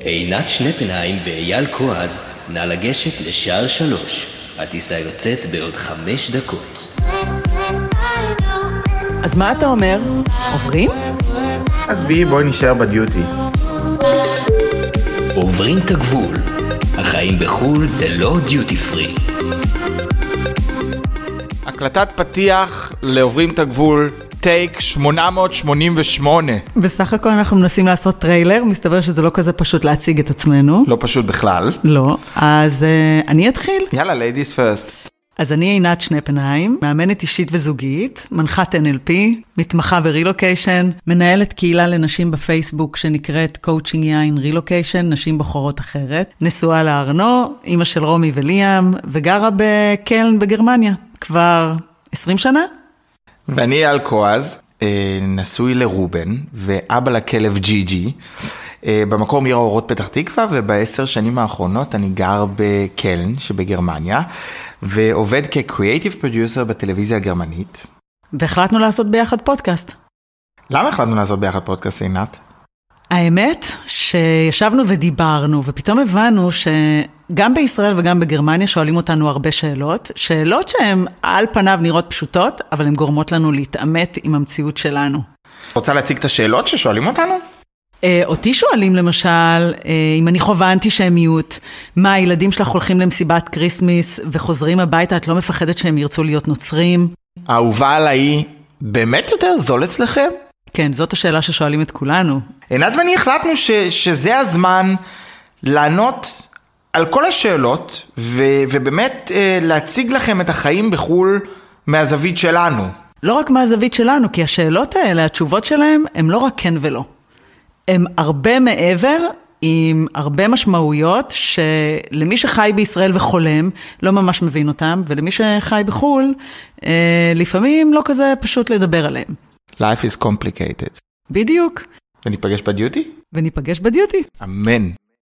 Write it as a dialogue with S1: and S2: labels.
S1: עינת שנפנהיים ואייל כועז, נא לגשת לשער שלוש. הטיסה יוצאת בעוד חמש דקות.
S2: אז מה אתה אומר? עוברים?
S3: עזבי, בואי נשאר בדיוטי.
S1: עוברים את הגבול. החיים בחו"ל זה לא דיוטי פרי.
S4: הקלטת פתיח לעוברים את הגבול, טייק 888.
S2: בסך הכל אנחנו מנסים לעשות טריילר, מסתבר שזה לא כזה פשוט להציג את עצמנו.
S4: לא פשוט בכלל.
S2: לא. אז אה, אני אתחיל.
S4: יאללה, ליידיס פרסט.
S2: אז אני עינת שנפנהיים, מאמנת אישית וזוגית, מנחת NLP, מתמחה ברילוקיישן,
S5: מנהלת קהילה לנשים בפייסבוק שנקראת קואוצ'ינג יין רילוקיישן, נשים בוחרות אחרת.
S2: נשואה לארנו, אימא של רומי וליאם, וגרה בקלן בגרמניה כבר 20 שנה.
S4: ואני אייל כועז, אה, נשוי לרובן, ואבא לכלב ג'י ג'י. במקור מעיר האורות פתח תקווה, ובעשר שנים האחרונות אני גר בקלן שבגרמניה, ועובד כקריאייטיב פרודיוסר בטלוויזיה הגרמנית.
S2: והחלטנו לעשות ביחד פודקאסט.
S4: למה החלטנו לעשות ביחד פודקאסט עינת?
S2: האמת שישבנו ודיברנו, ופתאום הבנו שגם בישראל וגם בגרמניה שואלים אותנו הרבה שאלות, שאלות שהן על פניו נראות פשוטות, אבל הן גורמות לנו להתעמת עם המציאות שלנו.
S4: רוצה להציג את השאלות ששואלים אותנו?
S2: אה, אותי שואלים למשל, אה, אם אני חווה אנטישמיות, מה הילדים שלך הולכים למסיבת כריסמיס וחוזרים הביתה, את לא מפחדת שהם ירצו להיות נוצרים?
S4: האהובה עליי באמת יותר זול אצלכם?
S2: כן, זאת השאלה ששואלים את כולנו.
S4: עינת ואני החלטנו ש, שזה הזמן לענות על כל השאלות ו, ובאמת אה, להציג לכם את החיים בחו"ל מהזווית שלנו.
S2: לא רק מהזווית שלנו, כי השאלות האלה, התשובות שלהם, הם לא רק כן ולא. הם הרבה מעבר, עם הרבה משמעויות, שלמי שחי בישראל וחולם, לא ממש מבין אותם, ולמי שחי בחו"ל, אה, לפעמים לא כזה פשוט לדבר עליהם.
S4: Life is complicated.
S2: בדיוק.
S4: וניפגש בדיוטי?
S2: וניפגש בדיוטי.
S4: אמן.